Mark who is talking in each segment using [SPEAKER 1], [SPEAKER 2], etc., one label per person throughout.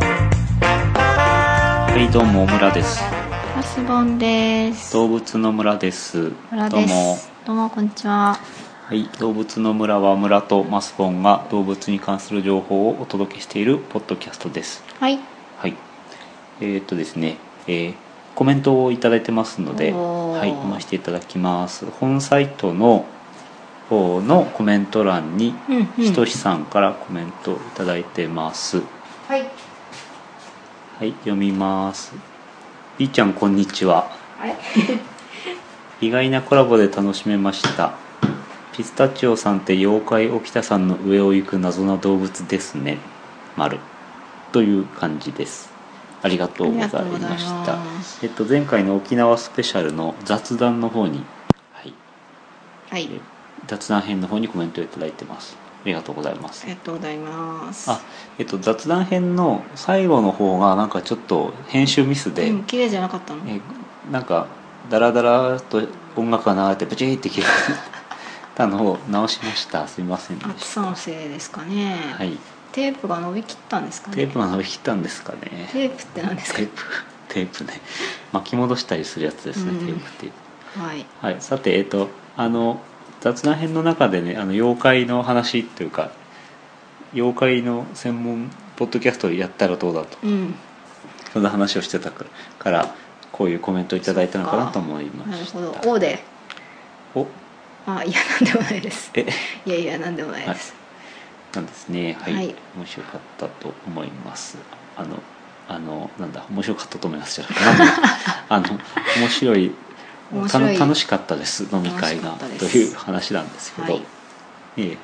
[SPEAKER 1] はい、どうも、村です。
[SPEAKER 2] マスボンです。
[SPEAKER 1] 動物の村です。
[SPEAKER 2] 村
[SPEAKER 1] どう
[SPEAKER 2] で
[SPEAKER 1] も。
[SPEAKER 2] す。どうもこんにちは。
[SPEAKER 1] はい、動物の村は村とマスボンが動物に関する情報をお届けしているポッドキャストです。
[SPEAKER 2] はい。
[SPEAKER 1] はい。えーっとですね、えーコメントをいただいてますので、
[SPEAKER 2] おー
[SPEAKER 1] はい、読ませていただきます。本サイトの方のコメント欄に、
[SPEAKER 2] うんうん。
[SPEAKER 1] ひとしさんからコメントをいただいてます。
[SPEAKER 2] はい。
[SPEAKER 1] はい、読みます。いーちゃん、こんにちは。
[SPEAKER 2] あれ。
[SPEAKER 1] 意外なコラボで楽しめましたピスタチオさんって妖怪沖田さんの上を行く謎な動物ですね丸という感じですありがとうござい
[SPEAKER 2] ありがとう
[SPEAKER 1] ま
[SPEAKER 2] ござ
[SPEAKER 1] し
[SPEAKER 2] い
[SPEAKER 1] た
[SPEAKER 2] ます
[SPEAKER 1] えっと前回の沖縄スペシャルの雑談の方に、はい、
[SPEAKER 2] はい。
[SPEAKER 1] え雑談編の方にコメントをいただいてますありがとうございます
[SPEAKER 2] ありがとうございます。
[SPEAKER 1] あえっと雑談編の最後の方がなんかちょっと編集ミスで、
[SPEAKER 2] うん、綺麗じゃなかったの。
[SPEAKER 1] えなんかダラダラと音楽が流れてブチーって切れたのを直しましたすいませんで
[SPEAKER 2] 暑
[SPEAKER 1] し
[SPEAKER 2] さのせいですかね。
[SPEAKER 1] たはい
[SPEAKER 2] テープが伸びきったんですかね。
[SPEAKER 1] テープが伸びきったんですかね
[SPEAKER 2] テープって何ですか
[SPEAKER 1] テ。ープテープね巻き戻したりするやつですね、
[SPEAKER 2] うん
[SPEAKER 1] テープっていう
[SPEAKER 2] はい。
[SPEAKER 1] はいさてえっ、とあの雑談編の中でねあの妖怪の話というか妖怪の専門ポッドキャストをやったらどうだと
[SPEAKER 2] うん。
[SPEAKER 1] そんな話をしてたからからこういうコメントをいただいたのかなと思いま
[SPEAKER 2] なる
[SPEAKER 1] した
[SPEAKER 2] ほど。O で。
[SPEAKER 1] お
[SPEAKER 2] あ、いや、なんでもないです。
[SPEAKER 1] え
[SPEAKER 2] いやいや、なんでもないです。
[SPEAKER 1] なんですね。はい、
[SPEAKER 2] はい
[SPEAKER 1] 面白かったと思います。あの、あの、なんだ、面白かったと思いますじゃ なくて。なんだあの、面白い。
[SPEAKER 2] 面
[SPEAKER 1] た
[SPEAKER 2] 白
[SPEAKER 1] の
[SPEAKER 2] い
[SPEAKER 1] 楽しかったです。飲み会が
[SPEAKER 2] 楽しかった
[SPEAKER 1] と
[SPEAKER 2] です
[SPEAKER 1] いう話なんですけど。
[SPEAKER 2] はい
[SPEAKER 1] ええ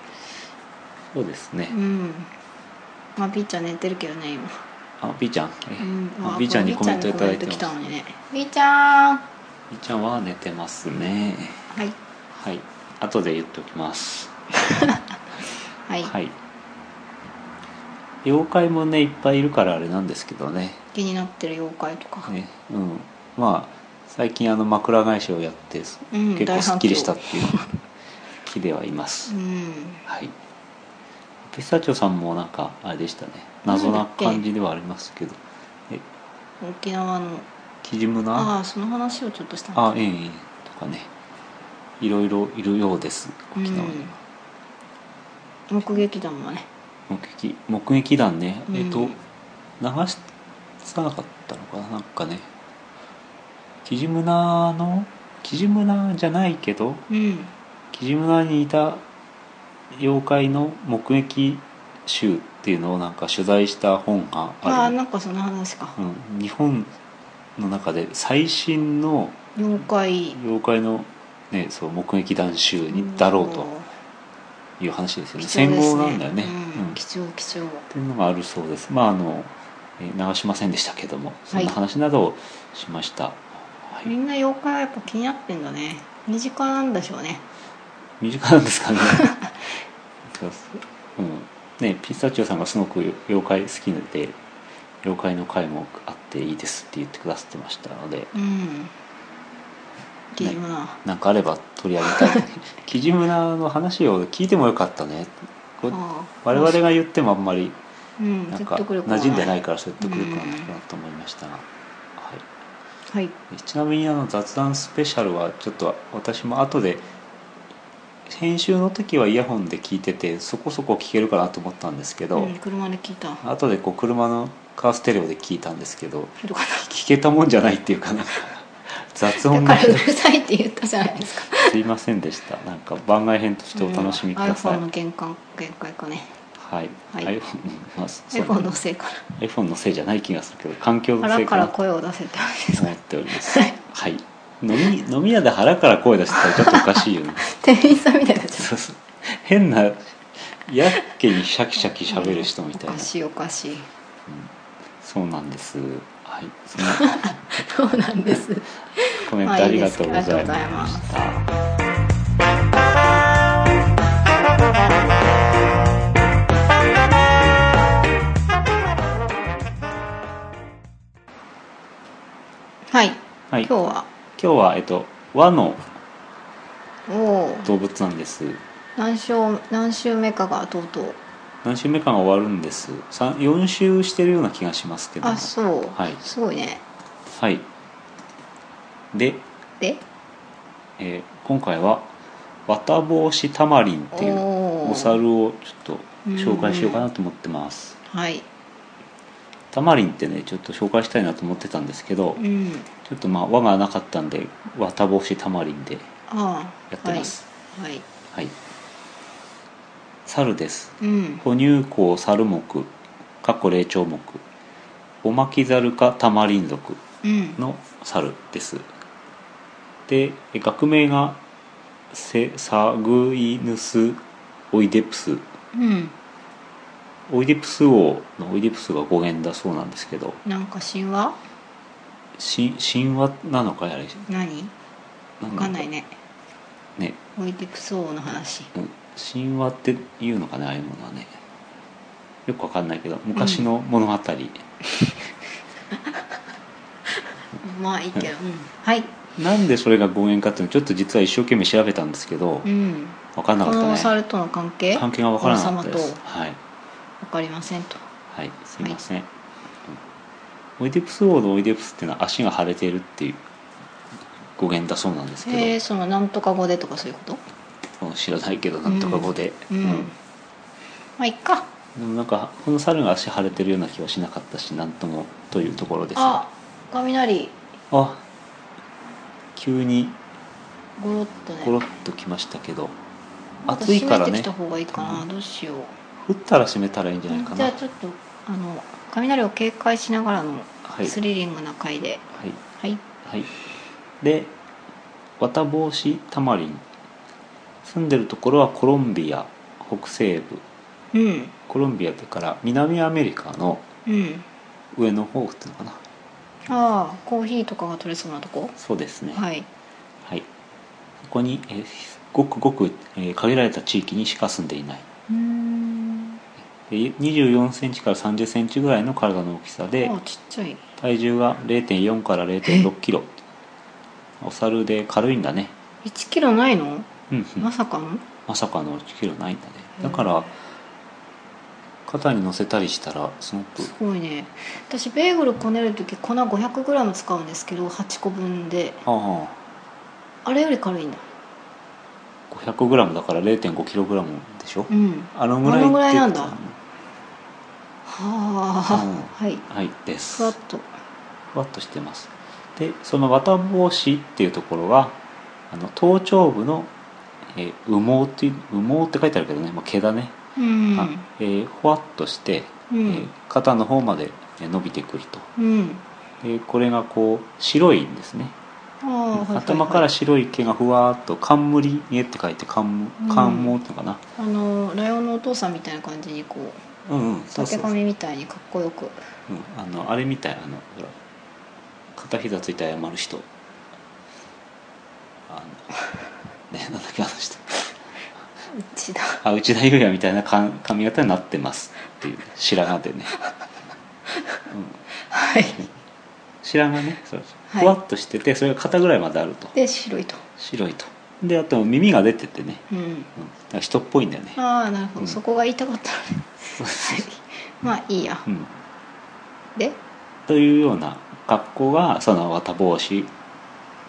[SPEAKER 1] そうですね
[SPEAKER 2] う。ん。まあ、ピーちゃん寝てるけどね、今。
[SPEAKER 1] あ、ビーちゃん。え
[SPEAKER 2] うん
[SPEAKER 1] あ
[SPEAKER 2] あ
[SPEAKER 1] ビーちゃんにコメントいただいて
[SPEAKER 2] こ
[SPEAKER 1] ます。
[SPEAKER 2] のビーちゃんのコメント来たのにね。ビーちゃん。
[SPEAKER 1] ビーちゃんは寝てますね。
[SPEAKER 2] はい。
[SPEAKER 1] はい。後で言っておきます。
[SPEAKER 2] はい。
[SPEAKER 1] はい。妖怪もねいっぱいいるからあれなんですけどね。
[SPEAKER 2] 気になってる妖怪とか。
[SPEAKER 1] ねうん、まあ最近あの枕返しをやって、
[SPEAKER 2] うん
[SPEAKER 1] 結構
[SPEAKER 2] 大反響
[SPEAKER 1] すっきりしたっていう 気ではいます、
[SPEAKER 2] うん。
[SPEAKER 1] はいピスタチオさんもなんかあれでしたね謎な感じではありますけどえ
[SPEAKER 2] 沖縄の。
[SPEAKER 1] キジムナ
[SPEAKER 2] ああ、その話をちょっとしたの
[SPEAKER 1] あええええとかねいろいろいるようです沖縄には、
[SPEAKER 2] うん。目撃談はね。
[SPEAKER 1] 目撃目撃談ね
[SPEAKER 2] うん
[SPEAKER 1] えっ、と流さなかったのかななんかねキジムナのキジムナじゃないけど
[SPEAKER 2] うん。
[SPEAKER 1] キジムナにいた妖怪の目撃集っていうのをなんか取材した本が
[SPEAKER 2] あ
[SPEAKER 1] あ
[SPEAKER 2] あ、
[SPEAKER 1] る、
[SPEAKER 2] なんかその話か
[SPEAKER 1] う。ん、日本の中で最新の
[SPEAKER 2] 妖怪。
[SPEAKER 1] 妖怪の、ね、そう目撃談集にだろうという話ですよね戦後なんだよね、
[SPEAKER 2] うん
[SPEAKER 1] うんっ
[SPEAKER 2] 貴重貴重。
[SPEAKER 1] ていうのがあるそうですまああのえー流しませんでしたけどもそん
[SPEAKER 2] は
[SPEAKER 1] ない話などをしました、はい
[SPEAKER 2] みんな妖怪はやっぱ気になってんだね。身近なんでしょうね。
[SPEAKER 1] 短なんですか ねうんねピスタチオさんがすごく妖怪好きで妖怪の回もあっていいですって言ってくださってましたので
[SPEAKER 2] うん。キジムナ。
[SPEAKER 1] なんかあれば取り上げたい キジムナの話を聞いてもよかったねこ
[SPEAKER 2] ああ
[SPEAKER 1] 我々が言ってもあんまり
[SPEAKER 2] うん、
[SPEAKER 1] なん
[SPEAKER 2] 説
[SPEAKER 1] か
[SPEAKER 2] 得力。
[SPEAKER 1] 馴染んでないいから説得力がないかなと思いましたが、はい
[SPEAKER 2] はい。
[SPEAKER 1] ちなみにあの雑談スペシャルはちょっと私も後で編集の時はイヤホンで聞いててそこそこ聞けるかなと思ったんですけど、
[SPEAKER 2] うん、車で聞いた。
[SPEAKER 1] 後でこう車のカーステレオで聞いたんですけど
[SPEAKER 2] ひどかった。
[SPEAKER 1] 聞けたもんじゃないっていうかなんか雑
[SPEAKER 2] だ
[SPEAKER 1] 音が
[SPEAKER 2] からうるさいって言ったじゃないですか。
[SPEAKER 1] すいませんでしたなんか番外編としてお楽しみください、
[SPEAKER 2] うん iPhone の限界限界かね。
[SPEAKER 1] はい、
[SPEAKER 2] はい
[SPEAKER 1] iPhone, まあそう
[SPEAKER 2] iPhone のせいか
[SPEAKER 1] iPhone のせいじゃない気がするけど環境の
[SPEAKER 2] な。
[SPEAKER 1] せ
[SPEAKER 2] 腹
[SPEAKER 1] いか
[SPEAKER 2] か
[SPEAKER 1] な
[SPEAKER 2] ら
[SPEAKER 1] と
[SPEAKER 2] 声を出せって話です。
[SPEAKER 1] 思っておりますはい飲み飲み屋で腹から声出してたらちょっとおかしいよね
[SPEAKER 2] 店員さんみたいになっちゃ
[SPEAKER 1] そうそう変なやっけにシャキシャキ
[SPEAKER 2] う。
[SPEAKER 1] 喋る人みたいな、
[SPEAKER 2] おかしいおかしい。
[SPEAKER 1] うんそうなんですはいその
[SPEAKER 2] そうなんです。
[SPEAKER 1] コメントありがとうござい
[SPEAKER 2] まあいい
[SPEAKER 1] ま
[SPEAKER 2] です
[SPEAKER 1] した、
[SPEAKER 2] はい。
[SPEAKER 1] はい
[SPEAKER 2] 今日は
[SPEAKER 1] 今日はえっと和の
[SPEAKER 2] おお
[SPEAKER 1] 動物なんです
[SPEAKER 2] 何週何週目かがとうとう。
[SPEAKER 1] 何週目かが終わるんです三4週してるような気がしますけども
[SPEAKER 2] あそう。
[SPEAKER 1] はい
[SPEAKER 2] すごいね。
[SPEAKER 1] はいで、
[SPEAKER 2] で、
[SPEAKER 1] えー今回は綿帽子タマリンっていう
[SPEAKER 2] おー
[SPEAKER 1] お猿をちょっと紹介しようかなと思ってます
[SPEAKER 2] はい。
[SPEAKER 1] タマリンってねちょっと紹介したいなと思ってたんですけど、
[SPEAKER 2] う
[SPEAKER 1] ち
[SPEAKER 2] ん。
[SPEAKER 1] ょっとまあ輪がなかったんで綿帽子タマリンで
[SPEAKER 2] ああ。
[SPEAKER 1] やってます
[SPEAKER 2] はい。はい。
[SPEAKER 1] はい猿です
[SPEAKER 2] うん。
[SPEAKER 1] 哺乳綱猿目かっこ霊長目オマキザル科タマリン属
[SPEAKER 2] うん。
[SPEAKER 1] の猿ですでえ学名がセサグイヌスオイデプス
[SPEAKER 2] うん。
[SPEAKER 1] オイデプス王のオイデプスが語源だそうなんですけど
[SPEAKER 2] なんか神話？
[SPEAKER 1] し神話なのかやれ
[SPEAKER 2] 何？
[SPEAKER 1] わ
[SPEAKER 2] わかんないね。
[SPEAKER 1] ね
[SPEAKER 2] オイディプソーの話。
[SPEAKER 1] うん神話っていうのかねああいうものはねよくわかんないけど昔の物語、
[SPEAKER 2] まあいいけど。うん。はい。
[SPEAKER 1] なんでそれが語源かっていうのちょっと実は一生懸命調べたんですけど、
[SPEAKER 2] うん。
[SPEAKER 1] わかんなか
[SPEAKER 2] こ
[SPEAKER 1] ったね
[SPEAKER 2] のお猿との関係？
[SPEAKER 1] 関係が分からなかったで
[SPEAKER 2] 王
[SPEAKER 1] す
[SPEAKER 2] 様と
[SPEAKER 1] はい、
[SPEAKER 2] わかりませんと。
[SPEAKER 1] はい、すいません、オイデプス王のオイデプスっていうのは足が腫れているっていう語源だそうなんですけど、
[SPEAKER 2] へえ、そのなんとか語でとかそういうこと？
[SPEAKER 1] もう知らないけどなんとか語で、
[SPEAKER 2] うん。まあいっか。
[SPEAKER 1] うんでもなんかこの猿が足腫れてるような気はしなかったしなんともというところです
[SPEAKER 2] あ、雷
[SPEAKER 1] あ急に
[SPEAKER 2] ゴロッとね。
[SPEAKER 1] ゴロッときましてきましたけど
[SPEAKER 2] なん
[SPEAKER 1] 暑いから
[SPEAKER 2] 閉め
[SPEAKER 1] ね
[SPEAKER 2] てきた方がいいかな。
[SPEAKER 1] うん
[SPEAKER 2] どうしよう。
[SPEAKER 1] 降ったら閉めたらいいんじゃないか
[SPEAKER 2] じ
[SPEAKER 1] な
[SPEAKER 2] ゃ
[SPEAKER 1] は
[SPEAKER 2] あ
[SPEAKER 1] い
[SPEAKER 2] ちょっとあの雷を警戒しながらの
[SPEAKER 1] はい
[SPEAKER 2] スリリングな回で。はい。
[SPEAKER 1] はい、で綿帽子タマリン住んでるところはコロンビア北西部
[SPEAKER 2] うん。
[SPEAKER 1] コロンビアってから南アメリカの
[SPEAKER 2] うん。
[SPEAKER 1] 上の方っていうのかな
[SPEAKER 2] ああ、コーヒーとかが取れそうなとこ。
[SPEAKER 1] そうですねはい、
[SPEAKER 2] はい。
[SPEAKER 1] そこにえーごくごく、えー限られた地域にしか住んでいないう
[SPEAKER 2] ーん。
[SPEAKER 1] で24センチから30センチぐらいの体の大きさで
[SPEAKER 2] あ、ちっちゃい。
[SPEAKER 1] 体重が0.4から0.6キロお猿で軽いんだね
[SPEAKER 2] 1キロないの？
[SPEAKER 1] うんうん
[SPEAKER 2] まさかの？
[SPEAKER 1] まさかの1キロないんだね
[SPEAKER 2] うん
[SPEAKER 1] だから肩に乗せたりしたらすごく
[SPEAKER 2] すごいね。私ベーグルこねる時粉 500g 使うんですけど、8個分で、
[SPEAKER 1] あ
[SPEAKER 2] あれより軽いんだ。
[SPEAKER 1] あ 500g だから 0.5kg でしょ、
[SPEAKER 2] うん。
[SPEAKER 1] あのぐらい
[SPEAKER 2] あのぐらいなん
[SPEAKER 1] って
[SPEAKER 2] だはあ、
[SPEAKER 1] うん
[SPEAKER 2] はい
[SPEAKER 1] はいです
[SPEAKER 2] ふわっと
[SPEAKER 1] ふわっとしてますでその綿帽子っていうところはあの頭頂部の、えー羽毛っていう羽毛って書いてあるけどね、まあ、毛だね、
[SPEAKER 2] うん
[SPEAKER 1] あえーほわっとして、え
[SPEAKER 2] うん、
[SPEAKER 1] ー肩の方までえー伸びてくると
[SPEAKER 2] うん
[SPEAKER 1] でこれがこう白いんですね
[SPEAKER 2] ああはいはいはい
[SPEAKER 1] 頭から白い毛がふわーっと冠毛って書いて冠
[SPEAKER 2] うん
[SPEAKER 1] 冠毛っていうのかな
[SPEAKER 2] あのライオンのお父さんみたいな感じにこう
[SPEAKER 1] うんうんそうそうそ
[SPEAKER 2] 竹
[SPEAKER 1] う、う
[SPEAKER 2] 髪みたいにかっこよく
[SPEAKER 1] ん、あのあれみたいあのほら片膝ついて謝る人あの ねなんだっけあの人
[SPEAKER 2] うちだ
[SPEAKER 1] あ内田裕也みたいなか髪型になってますっていう白髪でね、うん、
[SPEAKER 2] はい
[SPEAKER 1] 白髪ねそうそう
[SPEAKER 2] はい
[SPEAKER 1] ふわっとしててそれが肩ぐらいまであると
[SPEAKER 2] で白いと
[SPEAKER 1] 白いとであと耳が出ててね、
[SPEAKER 2] うん
[SPEAKER 1] うん、だから人っぽいんだよね
[SPEAKER 2] ああなるほど、
[SPEAKER 1] うん
[SPEAKER 2] そこが言いたかったのねはいまあいいや
[SPEAKER 1] うん
[SPEAKER 2] で
[SPEAKER 1] というような格好がその綿帽子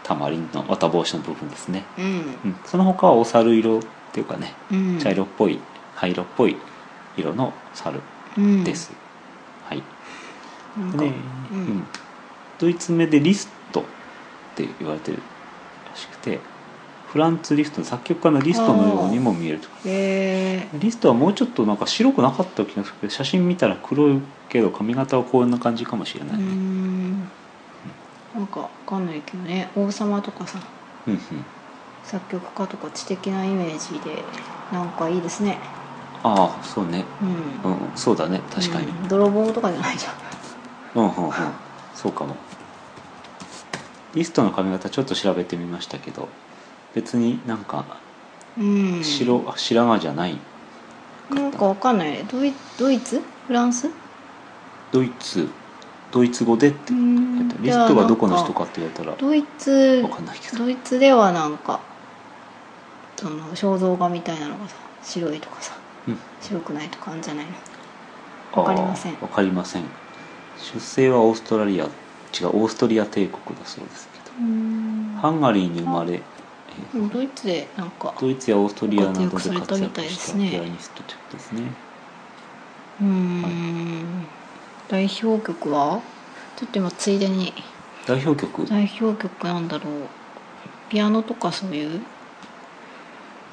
[SPEAKER 1] タマリンの綿帽子の部分ですね、
[SPEAKER 2] うん
[SPEAKER 1] うん、その他はお猿色っていうかね
[SPEAKER 2] うん
[SPEAKER 1] 茶色っぽい灰色っぽい色の猿
[SPEAKER 2] うん
[SPEAKER 1] です、はい
[SPEAKER 2] なん
[SPEAKER 1] で
[SPEAKER 2] か
[SPEAKER 1] ね、
[SPEAKER 2] う
[SPEAKER 1] うんんドイツ名でリストって言われてるらしくてフランツ・リストの作曲家のリストのようにも見えると
[SPEAKER 2] え
[SPEAKER 1] リストはもうちょっとなんか白くなかった気がするけど写真見たら黒いけど髪型はこんな感じかもしれ
[SPEAKER 2] ー、
[SPEAKER 1] ない
[SPEAKER 2] う
[SPEAKER 1] ね、
[SPEAKER 2] んなんかわかんないけどね王様とかさ
[SPEAKER 1] うんうん、
[SPEAKER 2] 作曲家とか知的なイメージでなんかいいですね
[SPEAKER 1] ああそうね
[SPEAKER 2] うん
[SPEAKER 1] うん、そうだね確かに、
[SPEAKER 2] うん泥棒とかじゃないじゃん
[SPEAKER 1] うんうんうんそうかもリストの髪型ちょっと調べてみましたけど別になんか
[SPEAKER 2] うん
[SPEAKER 1] 白,、白髪じゃない
[SPEAKER 2] なんかわかんないドイドイツフランス
[SPEAKER 1] ドイツドイツ語でって
[SPEAKER 2] う
[SPEAKER 1] 書い
[SPEAKER 2] ん
[SPEAKER 1] てあるリストはどこの人
[SPEAKER 2] じゃあなん
[SPEAKER 1] かって言われたら
[SPEAKER 2] ドイツ
[SPEAKER 1] わかんないけど
[SPEAKER 2] ドイツではなんかその肖像画みたいなのがさ白いとかさ
[SPEAKER 1] うん
[SPEAKER 2] 白くないとかあるんじゃないのわかりません
[SPEAKER 1] あーわかりません出生はオーストラリア違うオーストリア帝国だそうですけど
[SPEAKER 2] うん
[SPEAKER 1] ハンガリーに生まれえ
[SPEAKER 2] でもドイツでなんか
[SPEAKER 1] ドイツやオーストリアなどで活
[SPEAKER 2] 活躍されたみた
[SPEAKER 1] 躍
[SPEAKER 2] いで
[SPEAKER 1] し
[SPEAKER 2] す
[SPEAKER 1] た
[SPEAKER 2] ね
[SPEAKER 1] ピアニストということですね
[SPEAKER 2] うーん代表曲はちょっと今ついでに
[SPEAKER 1] 代表曲、
[SPEAKER 2] 代表曲なんだろうピアノとかそういう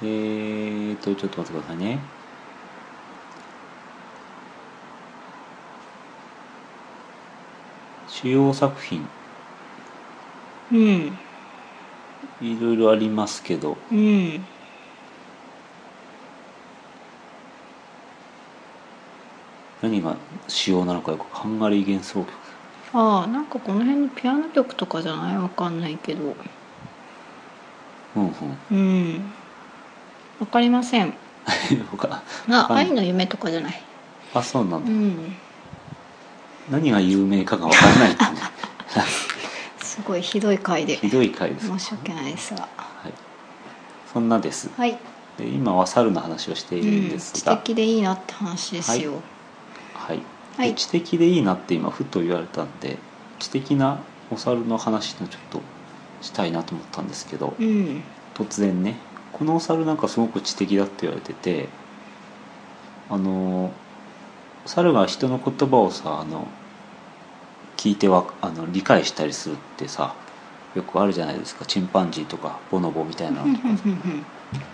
[SPEAKER 1] えーとちょっと待ってくださいね主要作品
[SPEAKER 2] うん
[SPEAKER 1] いろいろありますけど
[SPEAKER 2] うん
[SPEAKER 1] 何が主要なのかよくハンガリー幻想曲
[SPEAKER 2] ああなんかこの辺のピアノ曲とかじゃないわかんないけど
[SPEAKER 1] うんうん
[SPEAKER 2] うんわかりません
[SPEAKER 1] 他
[SPEAKER 2] あ、
[SPEAKER 1] はい
[SPEAKER 2] 愛の夢とかじゃない
[SPEAKER 1] あそうなんだ
[SPEAKER 2] うん
[SPEAKER 1] 何が有名かが分からない ってね
[SPEAKER 2] すごいひどい回で
[SPEAKER 1] ひどい回です、
[SPEAKER 2] 申し訳ないですが
[SPEAKER 1] はい、そんなです
[SPEAKER 2] はい、
[SPEAKER 1] で今は猿の話をして
[SPEAKER 2] う
[SPEAKER 1] いるんで
[SPEAKER 2] ん、
[SPEAKER 1] す
[SPEAKER 2] 知
[SPEAKER 1] が、
[SPEAKER 2] 的でいいなって話ですよ、
[SPEAKER 1] はい
[SPEAKER 2] は
[SPEAKER 1] で
[SPEAKER 2] い
[SPEAKER 1] 知的でいいなって今ふと言われたんで知的なお猿の話のちょっとしたいなと思ったんですけど
[SPEAKER 2] うん
[SPEAKER 1] 突然ねこのお猿なんかすごく知的だって言われててあのー猿が人の言葉をさあの聞いてはあの理解したりするってさよくあるじゃないですかチンパンジーとかボノボみたいなの
[SPEAKER 2] うんうんうんうん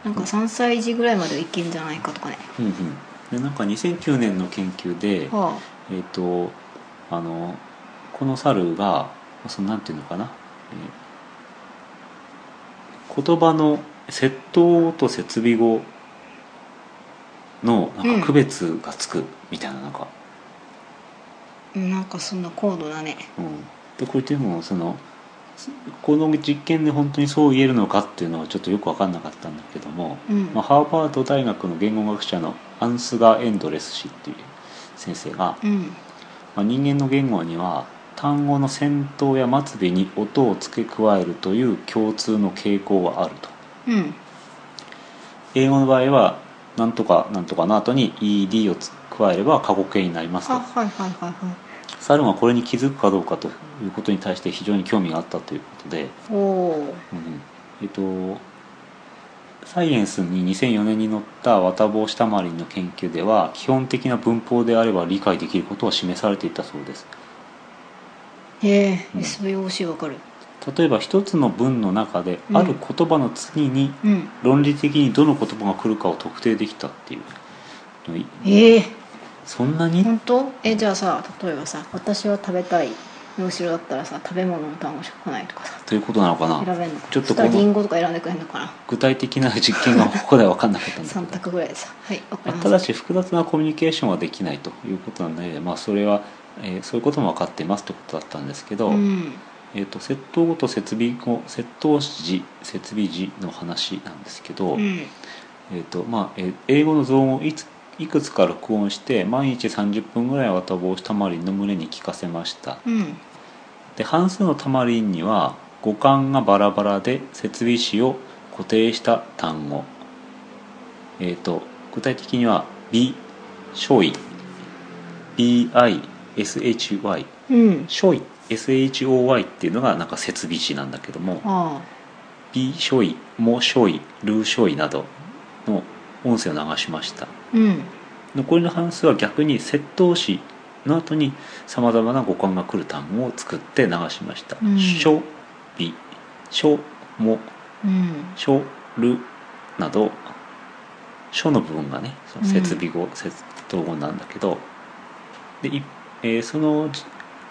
[SPEAKER 2] なんか3歳児ぐらいまではいけんじゃないかとかね
[SPEAKER 1] うんうん、でなんか2009年の研究で、
[SPEAKER 2] は
[SPEAKER 1] えっ、とあのこの猿がそのなんていうのかな、えー言葉の窃盗と設備語のなん
[SPEAKER 2] うん
[SPEAKER 1] か区別がつくみたいななんか、
[SPEAKER 2] あなんかそんな高度だね
[SPEAKER 1] うん、でこれでもそのこの実験で本当にそう言えるのかっていうのはちょっとよく分かんなかったんだけども、
[SPEAKER 2] うん
[SPEAKER 1] まあ、ハーバード大学の言語学者のアンスガー・エンドレス氏っていう先生が、
[SPEAKER 2] うん
[SPEAKER 1] まあ、人間の言語には単語の先頭や末尾に音を付け加えるという共通の傾向があると
[SPEAKER 2] うん
[SPEAKER 1] 英語の場合はなんとかなんとかの後に ED をつ加えれば過去形になります
[SPEAKER 2] あ
[SPEAKER 1] と
[SPEAKER 2] はいはいはいは
[SPEAKER 1] 猿はこれに気づくかどうかということに対して非常に興味があったということで、
[SPEAKER 2] いおお
[SPEAKER 1] うんえっとサイエンスに2004年に載った綿棒下回りの研究では基本的な文法であれば理解できることは示されていたそうです
[SPEAKER 2] へえ
[SPEAKER 1] うん
[SPEAKER 2] SVOC わかる
[SPEAKER 1] 例えば一つの文の中で
[SPEAKER 2] うん
[SPEAKER 1] ある言葉の次に
[SPEAKER 2] うん
[SPEAKER 1] 論理的にどの言葉が来るかを特定できたっていう、い
[SPEAKER 2] ええ
[SPEAKER 1] そんなに、
[SPEAKER 2] 本当えじゃあさ例えばさ私は食べたいの後ろだったらさ食べ物の単語しか来ないとかさ
[SPEAKER 1] ということなのか
[SPEAKER 2] 選
[SPEAKER 1] な
[SPEAKER 2] べんのかな
[SPEAKER 1] ちょっと
[SPEAKER 2] そしたら
[SPEAKER 1] この
[SPEAKER 2] リンゴとか選んでくれんのかな
[SPEAKER 1] 具体的な実験がここでは分かんなかったんだけ
[SPEAKER 2] 3
[SPEAKER 1] ど
[SPEAKER 2] 択ぐらいでさはいわかり
[SPEAKER 1] まあ
[SPEAKER 2] ました
[SPEAKER 1] だし複雑なコミュニケーションはできないということなので、まあ、それは、えーそういうことも分かってますということだったんですけど、
[SPEAKER 2] うん
[SPEAKER 1] えー、と窃盗語と設備語窃盗時設備時の話なんですけど、
[SPEAKER 2] うん
[SPEAKER 1] えーとまあえー英語の造語をいついくつか録音して毎日30分ぐらいは多忙したまりんの群れに聞かせました
[SPEAKER 2] うん
[SPEAKER 1] で半数のたまりんには語感がバラバラで設備詞を固定した単語えっ、と具体的には「美」「しょい」「bi」「shy」
[SPEAKER 2] うん
[SPEAKER 1] 「しょい」「shoy」っていうのがなんか設備詞なんだけども
[SPEAKER 2] あ
[SPEAKER 1] 「美」「しょい」「も」「しょい」「る」「しょい」などの音声を流しました
[SPEAKER 2] あうん
[SPEAKER 1] 残りの半数は逆に窃盗詞の後にさまざまな語感が来る単語を作って流しました
[SPEAKER 2] う
[SPEAKER 1] 「
[SPEAKER 2] ん
[SPEAKER 1] しょ」「び」「しょ」「も」
[SPEAKER 2] うん
[SPEAKER 1] 「しょ」「る」など「しょ」の部分がねその設備語、接頭語なんだけどで、いえーそのじ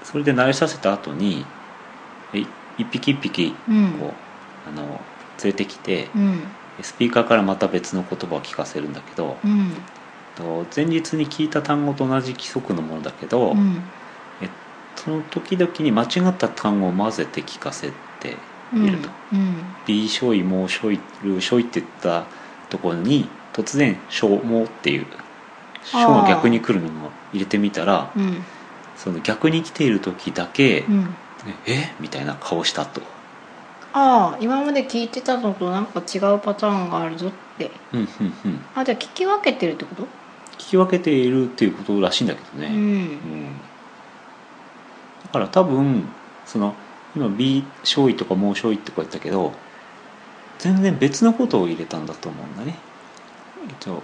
[SPEAKER 1] それで慣れさせた後にえ一匹一匹
[SPEAKER 2] う
[SPEAKER 1] こ
[SPEAKER 2] ん
[SPEAKER 1] うあの連れてきて
[SPEAKER 2] うん
[SPEAKER 1] スピーカーからまた別の言葉を聞かせるんだけど、
[SPEAKER 2] うん
[SPEAKER 1] えっと前日に聞いた単語と同じ規則のものだけど、
[SPEAKER 2] うん
[SPEAKER 1] えっその時々に間違った単語を混ぜて聞かせて
[SPEAKER 2] うん
[SPEAKER 1] いると「B しょい」「もうしょい」「るしょい」って言ったところに突然「しょも」っていう「しょ」が逆に来るのも入れてみたら
[SPEAKER 2] うんうん
[SPEAKER 1] その逆に来ている時だけ
[SPEAKER 2] うん
[SPEAKER 1] 「えみたいな顔したと。
[SPEAKER 2] ああ今まで聞いてたのとなんか違うパターンがあるぞって
[SPEAKER 1] うんうんうん、
[SPEAKER 2] あじゃあ聞き分けてるってこと
[SPEAKER 1] 聞き分けているっていうことらしいんだけどね。
[SPEAKER 2] うん
[SPEAKER 1] だから多分その今 B 勝尉とか猛勝尉とか言ったけど全然別のことを入れたんだと思うんだね。一応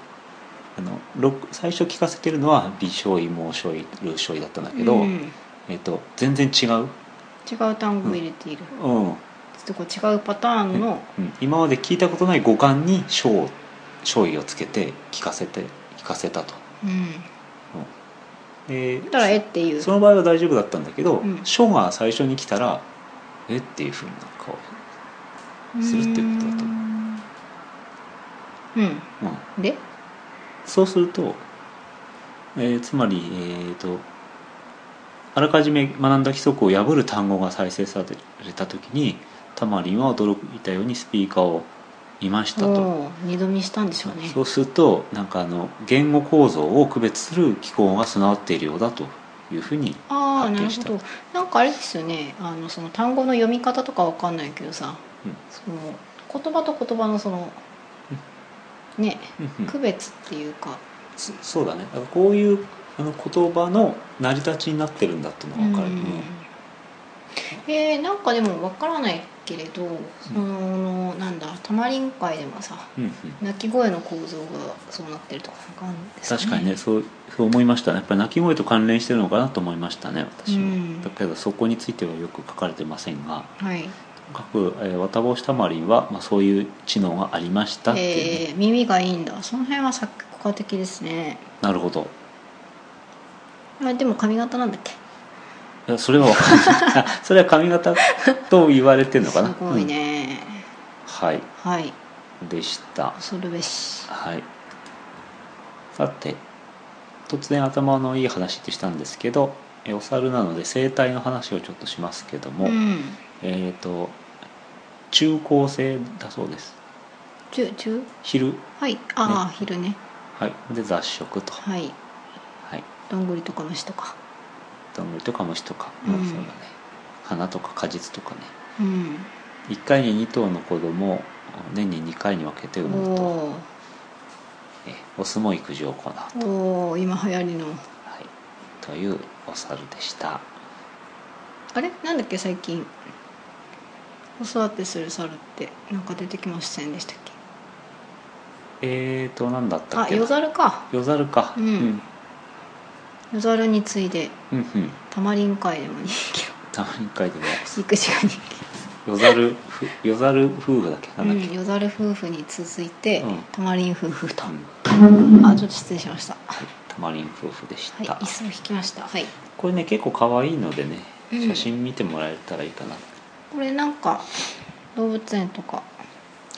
[SPEAKER 1] あの録最初聞かせてるのは B 勝尉猛勝尉ルー勝尉だったんだけど、
[SPEAKER 2] うん
[SPEAKER 1] えっと、全然違う、
[SPEAKER 2] 違う単語を入れている、
[SPEAKER 1] うん
[SPEAKER 2] ちょっとこう違うパターンの
[SPEAKER 1] うん今まで聞いたことない五感に勝勝尉をつけて聞かせて聞かせたと。
[SPEAKER 2] うん
[SPEAKER 1] うんで
[SPEAKER 2] だからえっていう
[SPEAKER 1] その場合は大丈夫だったんだけど
[SPEAKER 2] うん
[SPEAKER 1] 「書、が最初に来たら「えっ?」ていうふうな顔、するっていうことだと
[SPEAKER 2] 思う
[SPEAKER 1] うん、
[SPEAKER 2] うんで
[SPEAKER 1] そうすると、えーつまり、えーとあらかじめ学んだ規則を破る単語が再生された時にタマリンは驚いたようにスピーカーを見ましたと。
[SPEAKER 2] もう二度見したんでしょうね
[SPEAKER 1] そうするとなんかあの言語構造を区別する機構が備わっているようだというふうに
[SPEAKER 2] ああな
[SPEAKER 1] 発
[SPEAKER 2] る
[SPEAKER 1] 見し
[SPEAKER 2] ほ
[SPEAKER 1] た
[SPEAKER 2] どなんかあれですよねあのその単語の読み方とかわかんないけどさ、
[SPEAKER 1] うん
[SPEAKER 2] その言葉と言葉のその、ね区別っていうか、
[SPEAKER 1] そそうだねだからこういうあの言葉の成り立ちになってるんだっていうのが分かる、うん
[SPEAKER 2] えーなんかでもわからないけれどその、なんだタマリン会でもさ
[SPEAKER 1] うんうん
[SPEAKER 2] 鳴き声の構造がそうなってるとかわかんないです
[SPEAKER 1] 確かにねそうそう思いましたねやっぱり鳴き声と関連してるのかなと思いましたね私も、
[SPEAKER 2] うん
[SPEAKER 1] だけどそこについてはよく書かれてませんが
[SPEAKER 2] はい
[SPEAKER 1] 各、えー、綿帽子タマリンは、まあ、そういう知能がありましたっていうね、
[SPEAKER 2] えー耳がいいんだその辺は作曲家的ですね
[SPEAKER 1] なるほど
[SPEAKER 2] あでも髪型なんだっけ
[SPEAKER 1] いやそれは分かんない あそれは髪型と言われてるの
[SPEAKER 2] す
[SPEAKER 1] かな
[SPEAKER 2] ごい
[SPEAKER 1] うん
[SPEAKER 2] ね、
[SPEAKER 1] はい
[SPEAKER 2] はい
[SPEAKER 1] でした
[SPEAKER 2] 恐るべし
[SPEAKER 1] はい、さて突然頭のいい話ってしたんですけどえお猿なので生態の話をちょっとしますけども、
[SPEAKER 2] うん
[SPEAKER 1] えっ、と中高生だそうです
[SPEAKER 2] 中中
[SPEAKER 1] 昼、
[SPEAKER 2] はいああ、昼ね
[SPEAKER 1] はい、で雑食と、
[SPEAKER 2] はい
[SPEAKER 1] はい、
[SPEAKER 2] どんぐりとか虫とか
[SPEAKER 1] どんぐりとか虫とか、
[SPEAKER 2] うん
[SPEAKER 1] そうだね花とか果実とかね
[SPEAKER 2] うん
[SPEAKER 1] 1回に2頭の子供を年に2回に分けて産むと
[SPEAKER 2] お
[SPEAKER 1] えオスも育児を行う
[SPEAKER 2] ーおー今流行りの
[SPEAKER 1] はい、というお猿でした
[SPEAKER 2] あれなんだっけ最近子育てする猿ってなんか出てきませんでしたっけ
[SPEAKER 1] えーと何だったっ
[SPEAKER 2] あ
[SPEAKER 1] けな
[SPEAKER 2] 夜猿か
[SPEAKER 1] よざるか。
[SPEAKER 2] うん
[SPEAKER 1] うん
[SPEAKER 2] 夜猿に次いで
[SPEAKER 1] うんうん。
[SPEAKER 2] タマリン会でも人気
[SPEAKER 1] たまに書いても
[SPEAKER 2] 育児が人
[SPEAKER 1] よざるふよざる夫婦だっけ
[SPEAKER 2] 気、
[SPEAKER 1] な
[SPEAKER 2] うん
[SPEAKER 1] だっ
[SPEAKER 2] ん、
[SPEAKER 1] け。
[SPEAKER 2] 夜猿夫婦に続いて、
[SPEAKER 1] うん
[SPEAKER 2] タマリン夫婦と、
[SPEAKER 1] うん
[SPEAKER 2] あちょっと失礼しましたは
[SPEAKER 1] たまりん夫婦でし
[SPEAKER 2] い
[SPEAKER 1] た。
[SPEAKER 2] 椅子を引きましたはい
[SPEAKER 1] これね結構可愛いのでね、
[SPEAKER 2] うん
[SPEAKER 1] 写真見てもらえたらいいかな。
[SPEAKER 2] これなんか動物園とか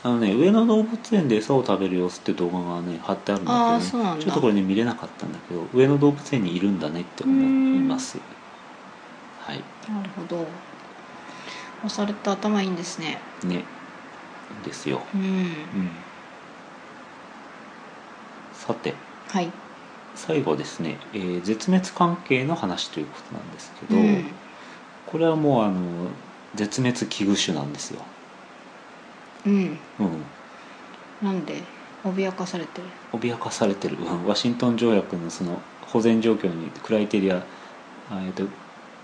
[SPEAKER 1] あのね上野動物園で餌を食べる様子って動画がね貼ってあるんだけど、ね、
[SPEAKER 2] あーそうなんだ
[SPEAKER 1] ちょっとこれね見れなかったんだけど上野動物園にいるんだねって思います。はい
[SPEAKER 2] なるほどお猿って頭いいんですね
[SPEAKER 1] ねですよ。
[SPEAKER 2] うん
[SPEAKER 1] うん。さて。
[SPEAKER 2] はい
[SPEAKER 1] 最後ですね、えー絶滅関係の話ということなんですけど、
[SPEAKER 2] ん
[SPEAKER 1] これはもうあの絶滅危惧種なんですよ、
[SPEAKER 2] うん
[SPEAKER 1] うん、
[SPEAKER 2] なんで脅かされてる
[SPEAKER 1] 脅かされてる、うんワシントン条約のその保全状況にクライテリアあえーと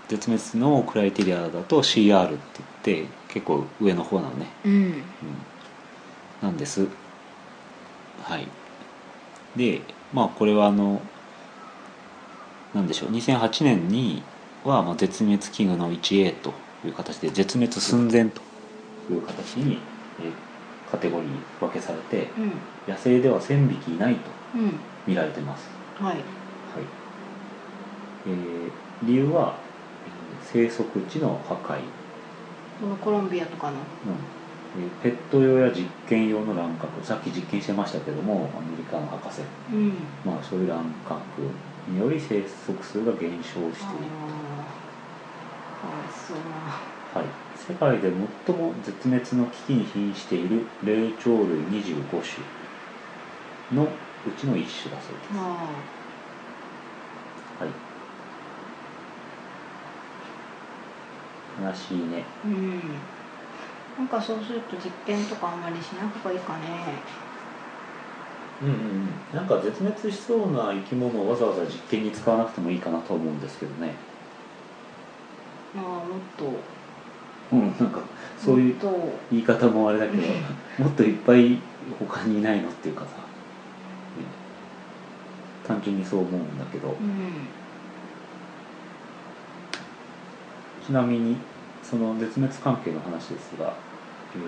[SPEAKER 1] 絶滅のクライテリアだと CR って言って結構上の方なのね、
[SPEAKER 2] うん
[SPEAKER 1] うん、なんですはいでまあこれはあのなんでしょう2008年にはまあ絶滅危惧の 1A という形で絶滅寸前という形にえーカテゴリー分けされて
[SPEAKER 2] うん
[SPEAKER 1] 野生では1000匹いないと
[SPEAKER 2] うん
[SPEAKER 1] 見られてます、
[SPEAKER 2] はい
[SPEAKER 1] はいえー理由はえー生息地の破壊、
[SPEAKER 2] このコロンビアとかの
[SPEAKER 1] うんえーペット用や実験用の乱獲さっき実験してましたけどもアメリカの博士、
[SPEAKER 2] うん
[SPEAKER 1] まあ、そういう乱獲により生息数が減少している
[SPEAKER 2] あわいそうな
[SPEAKER 1] はい、世界で最も絶滅の危機に瀕している霊長類25種のうちの一種だそうです、
[SPEAKER 2] ま
[SPEAKER 1] はい、悲しいね
[SPEAKER 2] あうんなんかそうすると実験とかあんまりしない方がいいかね
[SPEAKER 1] うんうんうんなんか絶滅しそうな生き物をわざわざ実験に使わなくてもいいかなと思うんですけどね
[SPEAKER 2] まあもっと
[SPEAKER 1] うんなんかそういう
[SPEAKER 2] もっと
[SPEAKER 1] 言い方もあれだけどもっといっぱい他にいないのっていうかさ、ね単純にそう思うんだけど、
[SPEAKER 2] うん
[SPEAKER 1] ちなみにその絶滅関係の話ですが、え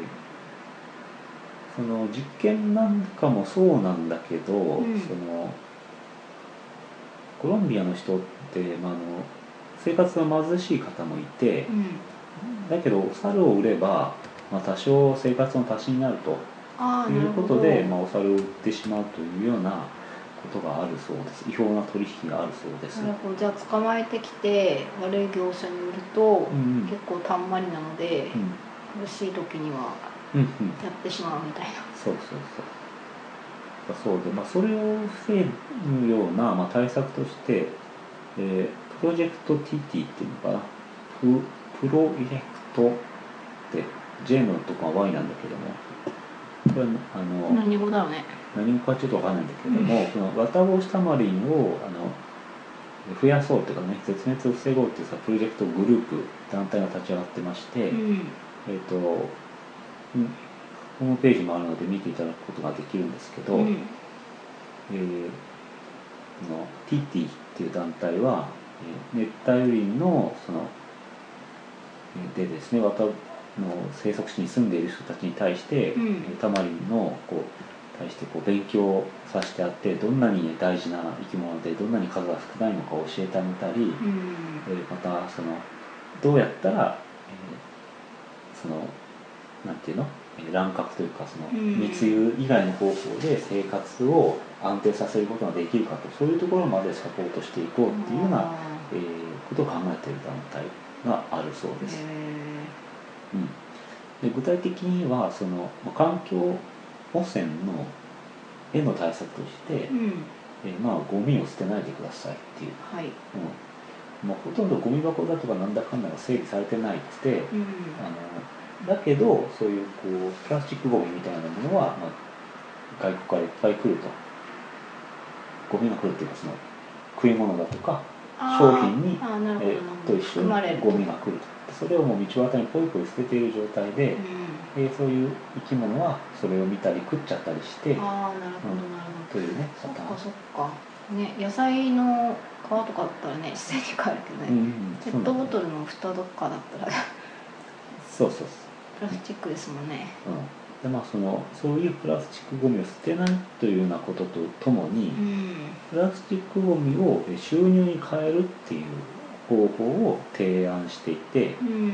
[SPEAKER 1] ーその実験なんかもそうなんだけど、
[SPEAKER 2] ん
[SPEAKER 1] そのコロンビアの人って、まあ、あの生活が貧しい方もいて
[SPEAKER 2] う、ん
[SPEAKER 1] だけど猿を売れば、まあ、多少生活の足しになると
[SPEAKER 2] ああ
[SPEAKER 1] い
[SPEAKER 2] な
[SPEAKER 1] う
[SPEAKER 2] るほ
[SPEAKER 1] こ
[SPEAKER 2] ど
[SPEAKER 1] とで、まあ、お猿を売ってしまうというようなことがあるそうです違法な取引があるそうです。
[SPEAKER 2] なるほどじゃあ捕まえてきて悪い業者に売ると
[SPEAKER 1] うんうん
[SPEAKER 2] 結構たんまりなので
[SPEAKER 1] うん
[SPEAKER 2] 苦しい時には
[SPEAKER 1] うんうん
[SPEAKER 2] やってしまうみたいな
[SPEAKER 1] そうそうそうだそうで、まあ、それを防ぐような、まあ、対策として、えープロジェクト TT っていうのかなププロジェクトって J のとこは Y なんだけどもこれはあの、
[SPEAKER 2] 何語だろうね
[SPEAKER 1] 何かちょっとわかんないんだけども、そのワタボシタマリンをあの増やそうというかね絶滅を防ごうっていうさプロジェクトグループ団体が立ち上がってまして、
[SPEAKER 2] うん
[SPEAKER 1] えー、とうんホームページもあるので見ていただくことができるんですけど、
[SPEAKER 2] うん
[SPEAKER 1] えーこの TT っていう団体は、えー熱帯雨林のそのえーでですねわたの生息地に住んでいる人たちに対して、
[SPEAKER 2] うん
[SPEAKER 1] えータマリンのこう対してこう勉強させてあってどんなに大事な生き物でどんなに数が少ないのか教えてあげたり、
[SPEAKER 2] うん
[SPEAKER 1] えーまたそのどうやったら、えーそのなんていうのえー乱獲というかその
[SPEAKER 2] うん
[SPEAKER 1] 密輸以外の方法で生活を安定させることができるかとそういうところまでサポートしていこうっていうような、
[SPEAKER 2] あ
[SPEAKER 1] えーことを考えている団体があるそう
[SPEAKER 2] ー
[SPEAKER 1] です。
[SPEAKER 2] へ
[SPEAKER 1] うん、で具体的にはそのまあ環境汚染のへの対策として
[SPEAKER 2] ー、うん
[SPEAKER 1] えーまあ、ゴミを捨てないでくださいっていう
[SPEAKER 2] はい
[SPEAKER 1] うんまあ、ほとんどゴミ箱だとかなんだかんだが整理されてないくて、
[SPEAKER 2] うん
[SPEAKER 1] あのだけどそういうこうプラスチックゴミみたいなものは、まあ、外国からいっぱい来るとゴミが来るっていうかその食い物だとか、
[SPEAKER 2] あー
[SPEAKER 1] 商品に
[SPEAKER 2] あーなるほど
[SPEAKER 1] え
[SPEAKER 2] なるほ
[SPEAKER 1] と
[SPEAKER 2] ど
[SPEAKER 1] 一緒
[SPEAKER 2] 含まれ
[SPEAKER 1] に
[SPEAKER 2] る
[SPEAKER 1] ゴミが来るとそれをもう道端にポイポイ捨てている状態で
[SPEAKER 2] う、
[SPEAKER 1] えーそういう生き物はそれを見たり食っちゃったりして
[SPEAKER 2] んああなるほど
[SPEAKER 1] う
[SPEAKER 2] なるほど
[SPEAKER 1] というね
[SPEAKER 2] そっ
[SPEAKER 1] パタ
[SPEAKER 2] か
[SPEAKER 1] ー
[SPEAKER 2] そっかね野菜の皮とかだったらね自然に買えるけどね、
[SPEAKER 1] ンうん
[SPEAKER 2] ペ
[SPEAKER 1] そうな
[SPEAKER 2] ット
[SPEAKER 1] ん
[SPEAKER 2] ボ
[SPEAKER 1] だ
[SPEAKER 2] トルの蓋とかだったら
[SPEAKER 1] そうそうそう
[SPEAKER 2] プラスチックですもんね
[SPEAKER 1] うんでまあ、そのそういうプラスチックごみを捨てないというようなこととともに、
[SPEAKER 2] うん
[SPEAKER 1] プラスチックごみをえ収入に変えるっていう方法を提案していて
[SPEAKER 2] うん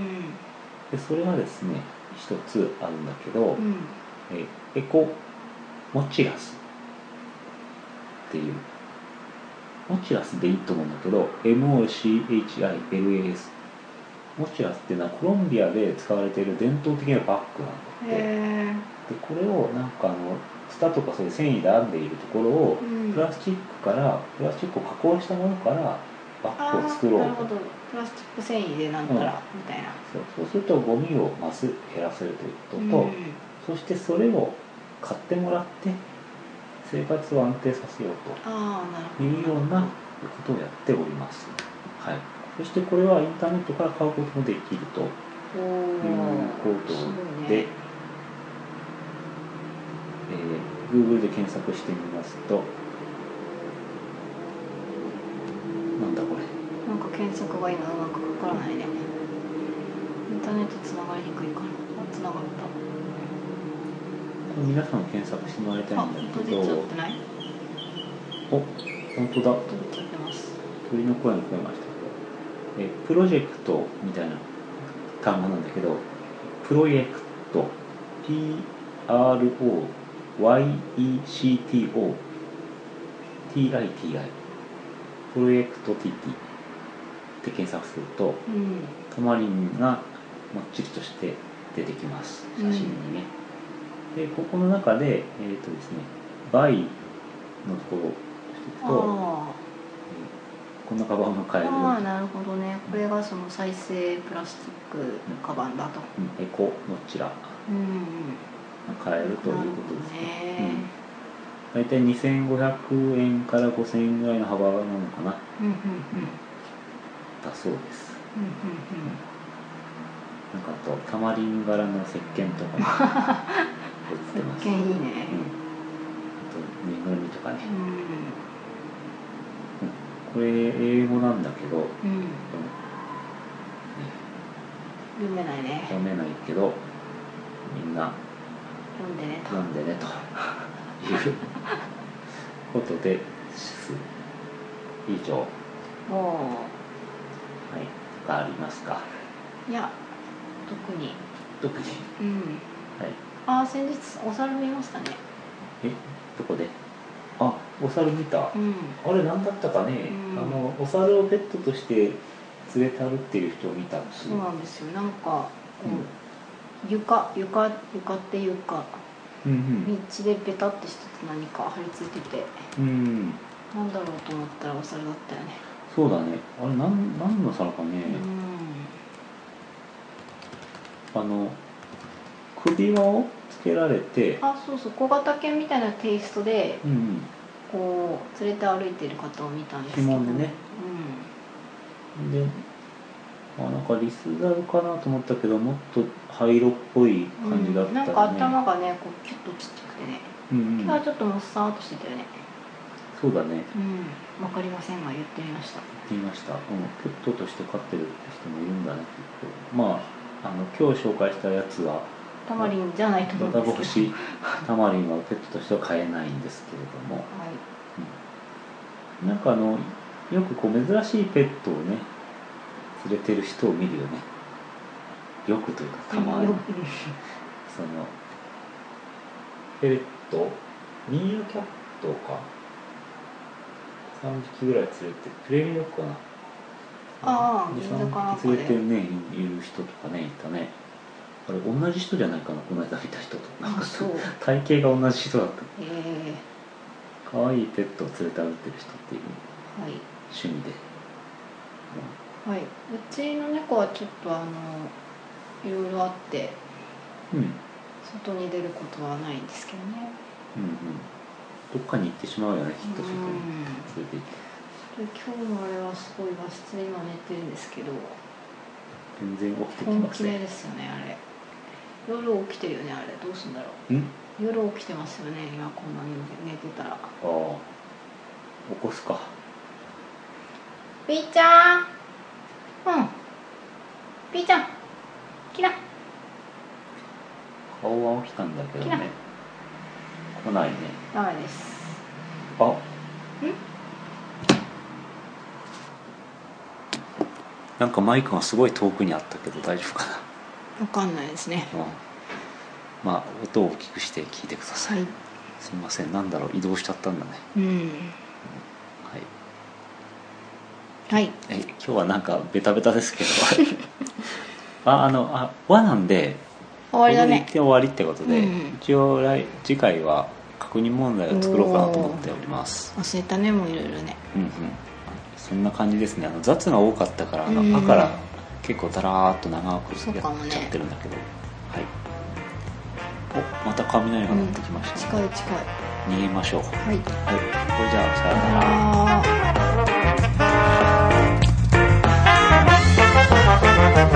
[SPEAKER 1] でそれがですね一つあるんだけど、
[SPEAKER 2] うん
[SPEAKER 1] えエコモチラスっていうモチラスでいいと思うんだけど MOCHILAS モチラスっていうのはコロンビアで使われている伝統的なバッグなんだって。
[SPEAKER 2] へえ
[SPEAKER 1] でこれをなんかあのツタとかそういう繊維で編んでいるところを
[SPEAKER 2] うん
[SPEAKER 1] プラスチックからプラスチックを加工したものからバ
[SPEAKER 2] あ
[SPEAKER 1] ッグを作ろう
[SPEAKER 2] ーなるほ
[SPEAKER 1] と
[SPEAKER 2] どプラスチック繊維でなんたら、みたいな
[SPEAKER 1] そうそうするとゴミをまず減らせるということ
[SPEAKER 2] うん
[SPEAKER 1] と、そしてそれを買ってもらって生活を安定させよう
[SPEAKER 2] ああなる
[SPEAKER 1] と
[SPEAKER 2] ほど
[SPEAKER 1] いうようなことをやっております、はい、そしてこれはインターネットから買うこともできると
[SPEAKER 2] おお
[SPEAKER 1] こと
[SPEAKER 2] すごい
[SPEAKER 1] でえ
[SPEAKER 2] ね、
[SPEAKER 1] ー Google で検索してみますとなんだこれ
[SPEAKER 2] なんか検索が今うまくかからないねインターネットつながりにくいからあつながった
[SPEAKER 1] これ皆さん検索してもらいたい
[SPEAKER 2] あ、
[SPEAKER 1] んだ
[SPEAKER 2] 閉
[SPEAKER 1] け
[SPEAKER 2] じち
[SPEAKER 1] ど
[SPEAKER 2] ゃってない
[SPEAKER 1] お本当だ
[SPEAKER 2] 閉じちゃってます
[SPEAKER 1] 鳥の声も聞こえましたけど、えープロジェクトみたいな単語なんだけどプロジェクト PROYECTO TITI プロジェクト TT って検索すると
[SPEAKER 2] うん
[SPEAKER 1] タマリンがもっちりとして出てきます写真にね、でここの中でえっ、とですねバイのところをしていくと
[SPEAKER 2] あ
[SPEAKER 1] こんなカバンが買える、
[SPEAKER 2] ああなるほどねこれがその再生プラスチックカバンだと
[SPEAKER 1] うんエコのちらが
[SPEAKER 2] うんうん
[SPEAKER 1] 買えるという
[SPEAKER 2] なる
[SPEAKER 1] ことですね
[SPEAKER 2] ほどね
[SPEAKER 1] 大体2500円から5000円ぐらいの幅なのかな
[SPEAKER 2] うんうんうん
[SPEAKER 1] だそうです
[SPEAKER 2] うん
[SPEAKER 1] なんかあとタマリン柄の石鹸 とかも売って
[SPEAKER 2] うんうん
[SPEAKER 1] ま
[SPEAKER 2] 石
[SPEAKER 1] す
[SPEAKER 2] 鹸いい
[SPEAKER 1] うん、
[SPEAKER 2] ね
[SPEAKER 1] あとぬいぐるみとかね、
[SPEAKER 2] う
[SPEAKER 1] これ英語なんだけど、うんね
[SPEAKER 2] んうん読めないね
[SPEAKER 1] 読めないけどみんな
[SPEAKER 2] 読んでね
[SPEAKER 1] 読んでねということです以上はい
[SPEAKER 2] も
[SPEAKER 1] 何かありますか
[SPEAKER 2] ういや特に
[SPEAKER 1] 特に
[SPEAKER 2] うん
[SPEAKER 1] はい
[SPEAKER 2] ああ先日お猿見ましたね
[SPEAKER 1] えどこであお猿見た、
[SPEAKER 2] うん
[SPEAKER 1] あれ何だったかね、
[SPEAKER 2] う
[SPEAKER 1] あ
[SPEAKER 2] ん
[SPEAKER 1] のお猿をペットとして連れて歩っていう人を見たんです
[SPEAKER 2] そうなんですよなんかこ
[SPEAKER 1] うん
[SPEAKER 2] う床床床っていうか
[SPEAKER 1] うん
[SPEAKER 2] 道でベタってしてて何か張り付いてて
[SPEAKER 1] うん、うん、
[SPEAKER 2] なんだろうと思ったらお猿だったよね
[SPEAKER 1] そうだねあれなん何の猿かね、
[SPEAKER 2] う
[SPEAKER 1] あの首輪をつけられて
[SPEAKER 2] ん、あそうそう小型犬みたいなテイストで
[SPEAKER 1] うん
[SPEAKER 2] こう連れて歩いてる方を見たんですけど
[SPEAKER 1] 紐でねうん、であなんかリスザルかなと思ったけどもっと灰色っぽい
[SPEAKER 2] うん、
[SPEAKER 1] 感じだったね、
[SPEAKER 2] うん、なんか頭がねこうキュッとちっちゃくてね
[SPEAKER 1] うんう
[SPEAKER 2] 毛
[SPEAKER 1] ん
[SPEAKER 2] がちょっともっさーっとしてたよね
[SPEAKER 1] そうだね
[SPEAKER 2] うんわかりませんが言ってみました
[SPEAKER 1] 言いました、うん、ペットとして飼ってる人もいるんだね結構まああの今日紹介したやつは
[SPEAKER 2] タマリンじゃないと思
[SPEAKER 1] ダ
[SPEAKER 2] うん
[SPEAKER 1] ダボ
[SPEAKER 2] で
[SPEAKER 1] ホ
[SPEAKER 2] すけど
[SPEAKER 1] シタマリンはペットとしては飼えないんですけれども
[SPEAKER 2] はい
[SPEAKER 1] なんかあのよくこう珍しいペットをね連れてる人を見るよねよくというかたまに
[SPEAKER 2] よ
[SPEAKER 1] そのペレットミーアキャットか3匹ぐらい連れてプレミアかな
[SPEAKER 2] ああ
[SPEAKER 1] 二
[SPEAKER 2] 銀座かなん
[SPEAKER 1] 三
[SPEAKER 2] か
[SPEAKER 1] 匹連
[SPEAKER 2] で
[SPEAKER 1] れてねいる人とかねいたねあれ同じ人じゃないかなこの間見た人となん
[SPEAKER 2] あ
[SPEAKER 1] か
[SPEAKER 2] そう
[SPEAKER 1] 体型が同じ人だっ
[SPEAKER 2] ええ
[SPEAKER 1] た可愛いペットを連れて歩いてる人っていう
[SPEAKER 2] はい
[SPEAKER 1] 趣味で、
[SPEAKER 2] はいうちの猫はちょっとあのいろいろあって
[SPEAKER 1] うん、うん
[SPEAKER 2] 外に出ることはないんですけどね
[SPEAKER 1] うんうんどっかに行ってしまうよねきっと
[SPEAKER 2] う
[SPEAKER 1] 外に
[SPEAKER 2] ん
[SPEAKER 1] 連れて行って
[SPEAKER 2] で今日のあれはすごい和室で今寝てるんですけど
[SPEAKER 1] 全然起きてき
[SPEAKER 2] 本
[SPEAKER 1] ませ
[SPEAKER 2] 気
[SPEAKER 1] ん
[SPEAKER 2] でですよねあれ夜起きてるよねあれどうすんだろ
[SPEAKER 1] うん
[SPEAKER 2] う夜起きてますよね今こんなに寝てたら
[SPEAKER 1] ああ起こすか
[SPEAKER 2] ピーちゃんうんピーちゃんキラ
[SPEAKER 1] 顔は起きたんだけど
[SPEAKER 2] 来な
[SPEAKER 1] ね来ないね
[SPEAKER 2] ダメです
[SPEAKER 1] あんなんかマイクがすごい遠くにあったけど大丈夫か
[SPEAKER 2] わかんないですね
[SPEAKER 1] な、うん、まあ音を大きくして聞いてください、
[SPEAKER 2] い
[SPEAKER 1] すみませんなんだろう移動しちゃったんだね
[SPEAKER 2] うん
[SPEAKER 1] はい
[SPEAKER 2] はい
[SPEAKER 1] え今日はなんかベタベタですけ どああのあ和なんで
[SPEAKER 2] 終わりだ
[SPEAKER 1] これで
[SPEAKER 2] ね
[SPEAKER 1] 一応終わりってことで、
[SPEAKER 2] うん
[SPEAKER 1] 一応来次回は確認問題を作ろうかなと思っております
[SPEAKER 2] 忘れたねもういろいろね
[SPEAKER 1] うんうんそんな感じですねあの雑が多かったからあの「
[SPEAKER 2] うん
[SPEAKER 1] あ」から結構だらーっと長く
[SPEAKER 2] そう
[SPEAKER 1] や
[SPEAKER 2] かもね
[SPEAKER 1] っちゃってるんだけど、はいおまた雷が鳴ってきました、
[SPEAKER 2] 近い近い
[SPEAKER 1] 逃げましょうはい
[SPEAKER 2] は
[SPEAKER 1] こ
[SPEAKER 2] い
[SPEAKER 1] れじゃあさよなら、
[SPEAKER 2] あー